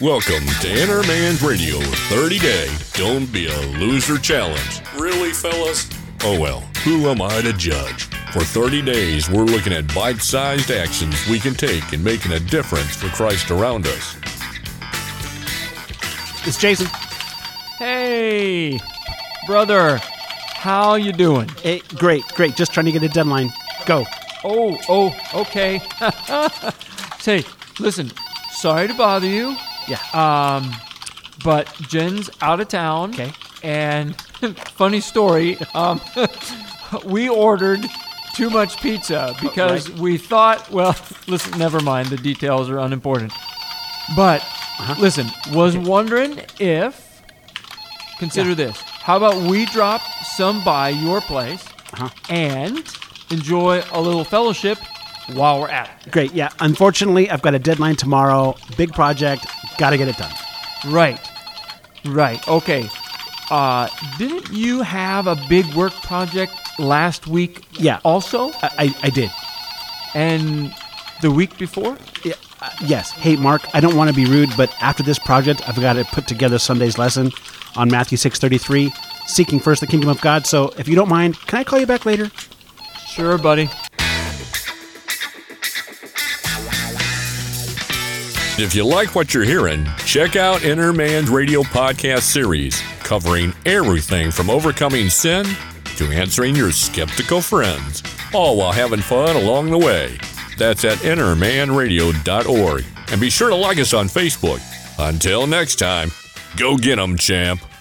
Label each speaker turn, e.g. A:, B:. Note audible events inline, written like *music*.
A: Welcome to Inner Man's Radio 30 Day Don't Be a Loser Challenge.
B: Really, fellas?
A: Oh well, who am I to judge? For 30 days, we're looking at bite sized actions we can take in making a difference for Christ around us.
C: It's Jason.
D: Hey, brother, how you doing?
C: Eh, great, great. Just trying to get a deadline. Go.
D: Oh, oh, okay. *laughs* Say, listen, sorry to bother you,
C: Yeah.
D: um, but Jen's out of town.
C: Okay.
D: And *laughs* funny story, um, *laughs* we ordered too much pizza because
C: Right.
D: we thought, well, *laughs* listen, never mind, the details are unimportant. But listen, was wondering if, consider this, how about we drop some by your place
C: Uh-huh.
D: and enjoy a little fellowship while we're at it?
C: great. Yeah. Unfortunately, I've got a deadline tomorrow. Big project. Got to get it done.
D: Right. Right. Okay. Uh, didn't you have a big work project last week?
C: Yeah.
D: Also,
C: I, I, I did.
D: and the week before.
C: Yeah, uh, yes. Hey, Mark. I don't want to be rude, but after this project, I've got to put together Sunday's lesson on Matthew six thirty three, seeking first the kingdom of God. So, if you don't mind, can I call you back later?
D: Sure, buddy.
A: If you like what you're hearing, check out Inner Man's Radio podcast series covering everything from overcoming sin to answering your skeptical friends, all while having fun along the way. That's at innermanradio.org. And be sure to like us on Facebook. Until next time, go get 'em, champ.